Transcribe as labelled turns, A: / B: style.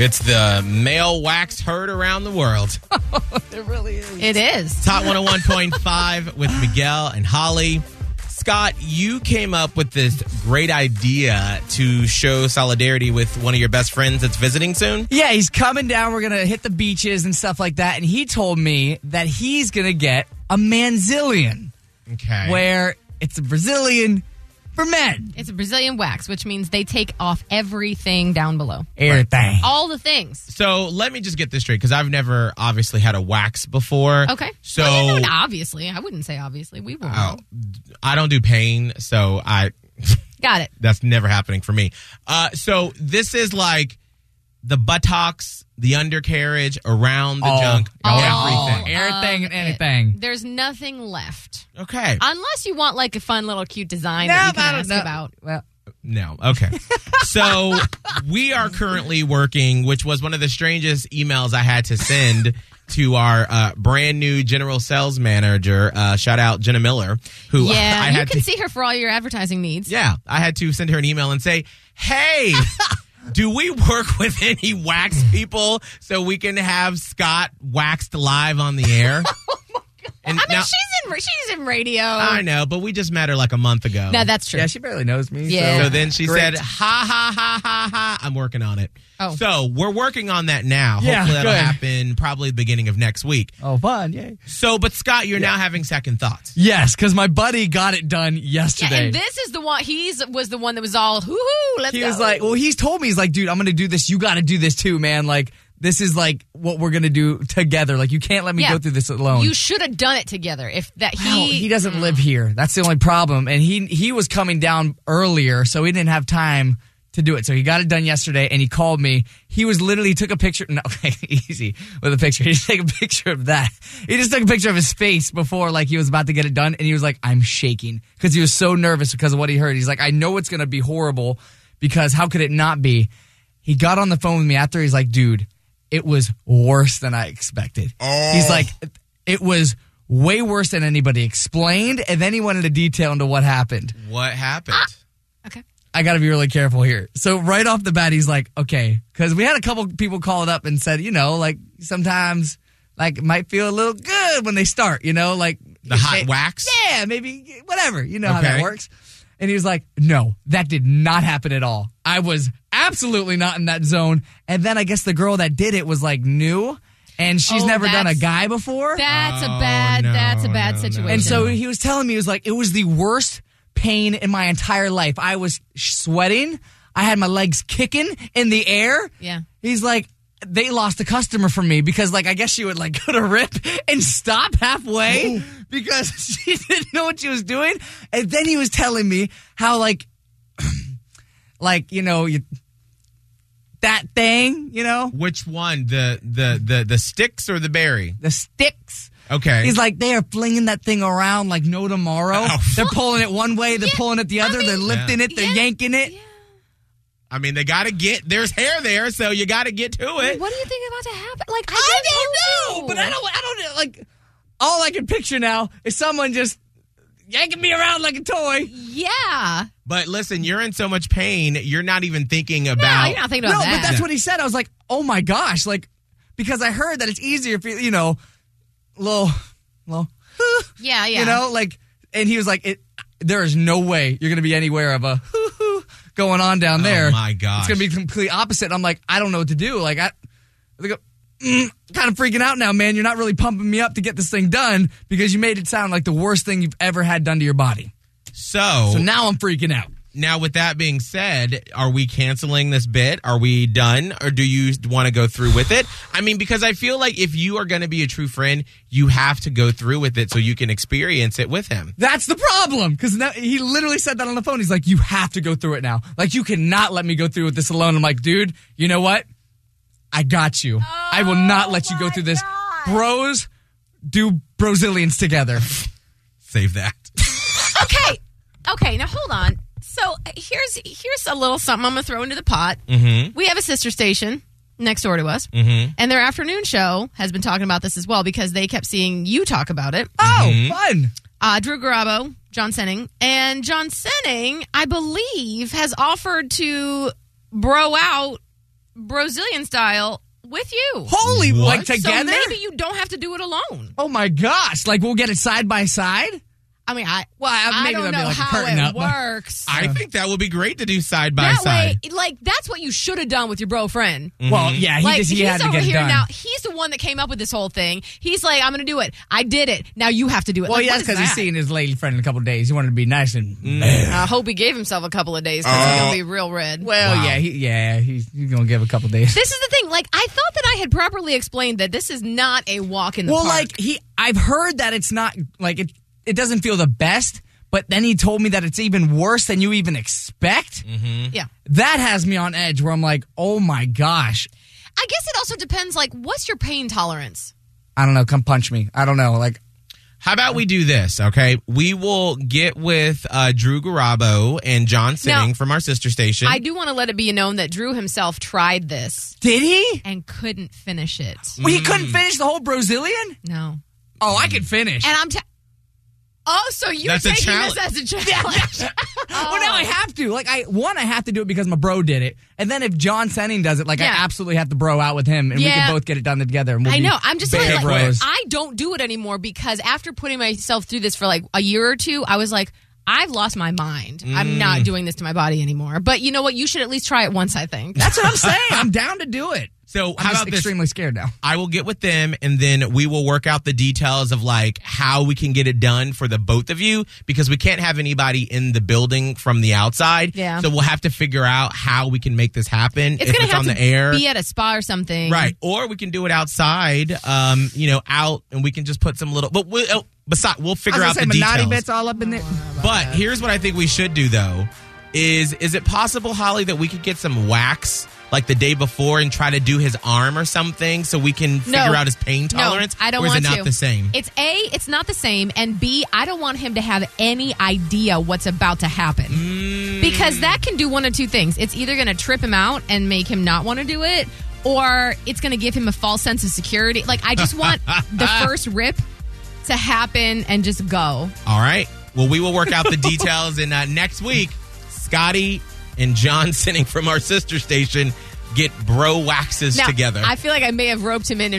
A: It's the male wax herd around the world.
B: It really is.
C: It is.
A: Top 101.5 with Miguel and Holly. Scott, you came up with this great idea to show solidarity with one of your best friends that's visiting soon.
B: Yeah, he's coming down. We're going to hit the beaches and stuff like that. And he told me that he's going to get a manzillion,
A: Okay.
B: where it's a Brazilian for men.
C: It's a Brazilian wax, which means they take off everything down below.
B: Everything.
C: All the things.
A: So let me just get this straight because I've never obviously had a wax before.
C: Okay.
A: So
C: Well, you know it, obviously, I wouldn't say obviously. We won't.
A: Oh, I don't do pain, so I
C: Got it.
A: that's never happening for me. Uh, so this is like the buttocks, the undercarriage, around the
B: All.
A: junk,
C: All
A: Oh. everything.
B: Everything
C: of
B: and anything.
C: There's nothing left.
A: Okay.
C: Unless you want like a fun little cute design
B: No,
C: that you
B: I
C: can
B: don't
C: ask
B: know.
C: about.
B: Well,
A: No. Okay. So we are currently working, which was one of the strangest emails I had to send to our uh, brand new general sales manager. Uh, shout out Jenna Miller, who
C: Yeah,
A: I
C: you
A: had
C: can
A: to,
C: see her for all your advertising needs.
A: yeah, I had to send her an email and say, "Hey, do we work with any wax people so we can have Scott waxed live on the air?" And
C: I mean,
A: now-
C: she's in she's in radio.
A: I know, but we just met her like a month ago.
C: No, that's true.
B: yeah, she barely knows me.
C: Yeah.
A: So
B: So.
A: then she
B: Great.
A: said, ha ha ha ha ha. I'm working on it.
C: Oh.
A: So we're working on that now.
B: Yeah,
A: Hopefully that'll
B: good.
A: happen probably the beginning of next week.
B: Oh, fun. Yay.
A: So, but Scott, you're now having second thoughts.
B: Yes, because my buddy got it done yesterday.
C: yeah, and this is the one. He's was the one that was all hoo hoo. Let's
B: he
C: go.
B: was like, well, he's told me, he's like, dude, I'm going to do this. You got to do this too, man. Like, this is like what we're going to do together. Like, you can't let me
C: Yeah.
B: go through this alone.
C: You should have done it together. If that he,
B: Well, he doesn't live here. That's the only problem. And he he was coming down earlier, so he didn't have time to do it. So he got it done yesterday, and he called me. He was literally took a picture. No, okay, easy with a picture. He just took a picture of that. He just took a picture of his face before like he was about to get it done, and he was like, "I'm shaking" because he was so nervous because of what he heard. He's like, "I know it's gonna be horrible because how could it not be?" He got on the phone with me after. He's like, "Dude." It was worse than I expected. He's like, it was way worse than anybody explained, and then he went into detail into what happened.
A: What happened?
C: okay.
B: I got to be really careful here. So right off the bat, he's like, okay, because we had a couple people call it up and said, you know, like sometimes like it might feel a little good when they start, you know, like
A: The hot
B: may-
A: wax?
B: Yeah, maybe whatever. You know how
A: Okay.
B: that works. And he was like, no, that did not happen at all. I was absolutely not in that zone. And then I guess the girl that did it was like new, and she's
C: Oh,
B: never done a
C: that's-
B: guy before.
C: That's
A: Oh,
C: a bad.
A: no,
C: that's a
A: no,
C: bad
A: no.
C: situation.
B: And so he was telling me, he was like, it was the worst pain in my entire life. I was sweating. I had my legs kicking in the air.
C: Yeah.
B: He's like, they lost a customer from me because, like, I guess she would like go to rip and stop halfway because she didn't know what she was doing. And then he was telling me how, like, like you know, you, that thing, you know,
A: Which one? The, the, the, the sticks or the berry?
B: the sticks.
A: Okay.
B: He's like, they are flinging that thing around like no tomorrow.
A: Oh.
B: They're pulling it one way, they're
C: Yeah,
B: pulling it the other,
C: I mean-
B: they're lifting it, they're
C: Yeah,
B: yanking it.
C: yeah.
A: I mean, they got to get, there's hair there, so you got to get to it.
C: What do you think about to happen? Like I,
B: I
C: just
B: don't know,
C: told
B: but
C: you.
B: I don't, I don't like. All I can picture now is someone just yanking me around like a toy.
C: Yeah.
A: But listen, you're in so much pain, you're not even thinking
C: No,
A: about.
C: you're not thinking
B: No,
C: about that.
B: but that's what he said. I was like, oh my gosh, like because I heard that it's easier for you, you know, little, little,
C: yeah, yeah.
B: you know, like, and he was like, it, there is no way you're going to be anywhere of a going on down there.
A: oh my God.
B: It's gonna be complete opposite. I'm like, I don't know what to do. Like I, I go, mm, kind of freaking out now, man. You're not really pumping me up to get this thing done because you made it sound like the worst thing you've ever had done to your body.
A: so.
B: So now I'm freaking out.
A: Now, with that being said, are we canceling this bit? Are we done? Or do you want to go through with it? I mean, because I feel like if you are going to be a true friend, you have to go through with it so you can experience it with him.
B: That's the problem because now he literally said that on the phone. He's like, you have to go through it now. Like you cannot let me go through with this alone. I'm like, dude, you know what? I got you. I will
C: Oh
B: not let you go through this. Bros do Brazilians together.
A: Save that.
C: okay. Okay, now hold on. So uh, here's here's a little something I'm gonna throw into the pot.
A: Mm-hmm.
C: We have a sister station next door to us, mm-hmm. and their afternoon show has been talking about this as well because they kept seeing you talk about it.
B: Oh,
A: Mm-hmm.
B: fun.
C: Uh, Drew Garabo, John Senning, and John Senning, I believe, has offered to bro out Brazilian style with you.
B: Holy,
A: What?
B: like
A: So
B: together?
C: So maybe you don't have to do it alone.
B: oh my gosh! Like we'll get it side by side.
C: I mean, I
B: Well, I-
C: I
B: maybe
C: don't
B: there'll be
C: know
B: like a
C: how
B: curtain
C: it
B: up, but-
C: works.
A: I think that would be great to do side by
C: that
A: side.
C: way, like that's what you should have done with your bro friend.
B: Well, yeah, he
C: like
B: just he
C: he's
B: had to
C: over
B: get it
C: here
B: done.
C: now. He's the one that came up with this whole thing. He's like, I'm going to do it. I did it. Now you have to do it.
B: Well,
C: like,
B: yeah,
C: what
B: that's
C: is
B: because he's
C: that?
B: seeing his lady friend in a couple of days. He wanted to be nice and.
A: Mm.
C: I hope he gave himself a couple of days because he's going to be real red.
B: Oh. Well, Oh, yeah, he, yeah, he's, he's gonna give a couple of days.
C: This is the thing. Like, I thought that I had properly explained that this is not a walk in the
B: Well,
C: park.
B: like he, I've heard that it's not like it. It doesn't feel the best, but then he told me that it's even worse than you even expect.
A: Mm-hmm.
C: yeah.
B: That has me on edge. Where I'm like, oh my gosh,
C: I guess it also depends. Like, what's your pain tolerance?
B: I don't know. Come punch me. I don't know. Like,
A: How about we do this? Okay, we will get with uh, Drew Garabo and John Sinning from our sister station.
C: I do want to let it be known that Drew himself tried this
B: did he?
C: and couldn't finish it.
B: Well, he
A: Mm.
B: couldn't finish the whole Brazilian.
C: No.
B: Oh, I could finish.
C: And I'm. T- oh, so you're
A: That's a
C: taking
A: challenge.
C: this as a challenge?
B: Well, now I have to. Like, I one, I have to do it because my bro did it, and then if John Senning does it, like,
C: Yeah.
B: I absolutely have to bro out with him, and we
C: Yeah.
B: can both get it done together. And we'll
C: I
B: be
C: know. I'm just saying,
B: big
C: like,
B: bros.
C: I don't do it anymore because after putting myself through this for like a year or two, I was like, I've lost my mind. I'm not doing this to my body anymore. But you know what? You should at least try it once. I think.
B: That's what I'm saying. I'm down to do it.
A: so
B: I'm
A: how
B: just
A: about this?
B: extremely scared now.
A: I will get with them and then we will work out the details of like how we can get it done for the both of you because we can't have anybody in the building from the outside.
C: Yeah.
A: So we'll have to figure out how we can make this happen
C: it's
A: if
C: gonna
A: it's
C: have
A: on
C: to
A: the air.
C: be at a spa or something,
A: Right. Or we can do it outside, um, you know, out and we can just put some little but we'll oh, besides we'll
B: I was
A: figure
B: gonna
A: out
B: say
A: the
B: Minotti
A: details.
B: bits all up in there.
A: But here's what I think we should do though is is it possible Holly that we could get some wax like the day before and try to do his arm or something so we can figure
C: No.
A: out his pain tolerance
C: No, I don't
A: or is
C: want
A: it not
C: to.
A: the same?
C: It's a. It's not the same, and b. I don't want him to have any idea what's about to happen
A: Mm.
C: because that can do one of two things. It's either going to trip him out and make him not want to do it, or it's going to give him a false sense of security. Like I just want the first rip to happen and just go.
A: All right. Well, we will work out the details and uh, next week Scotty and John sitting from our sister station get bro waxes
C: Now,
A: together.
C: I feel like I may have roped him in.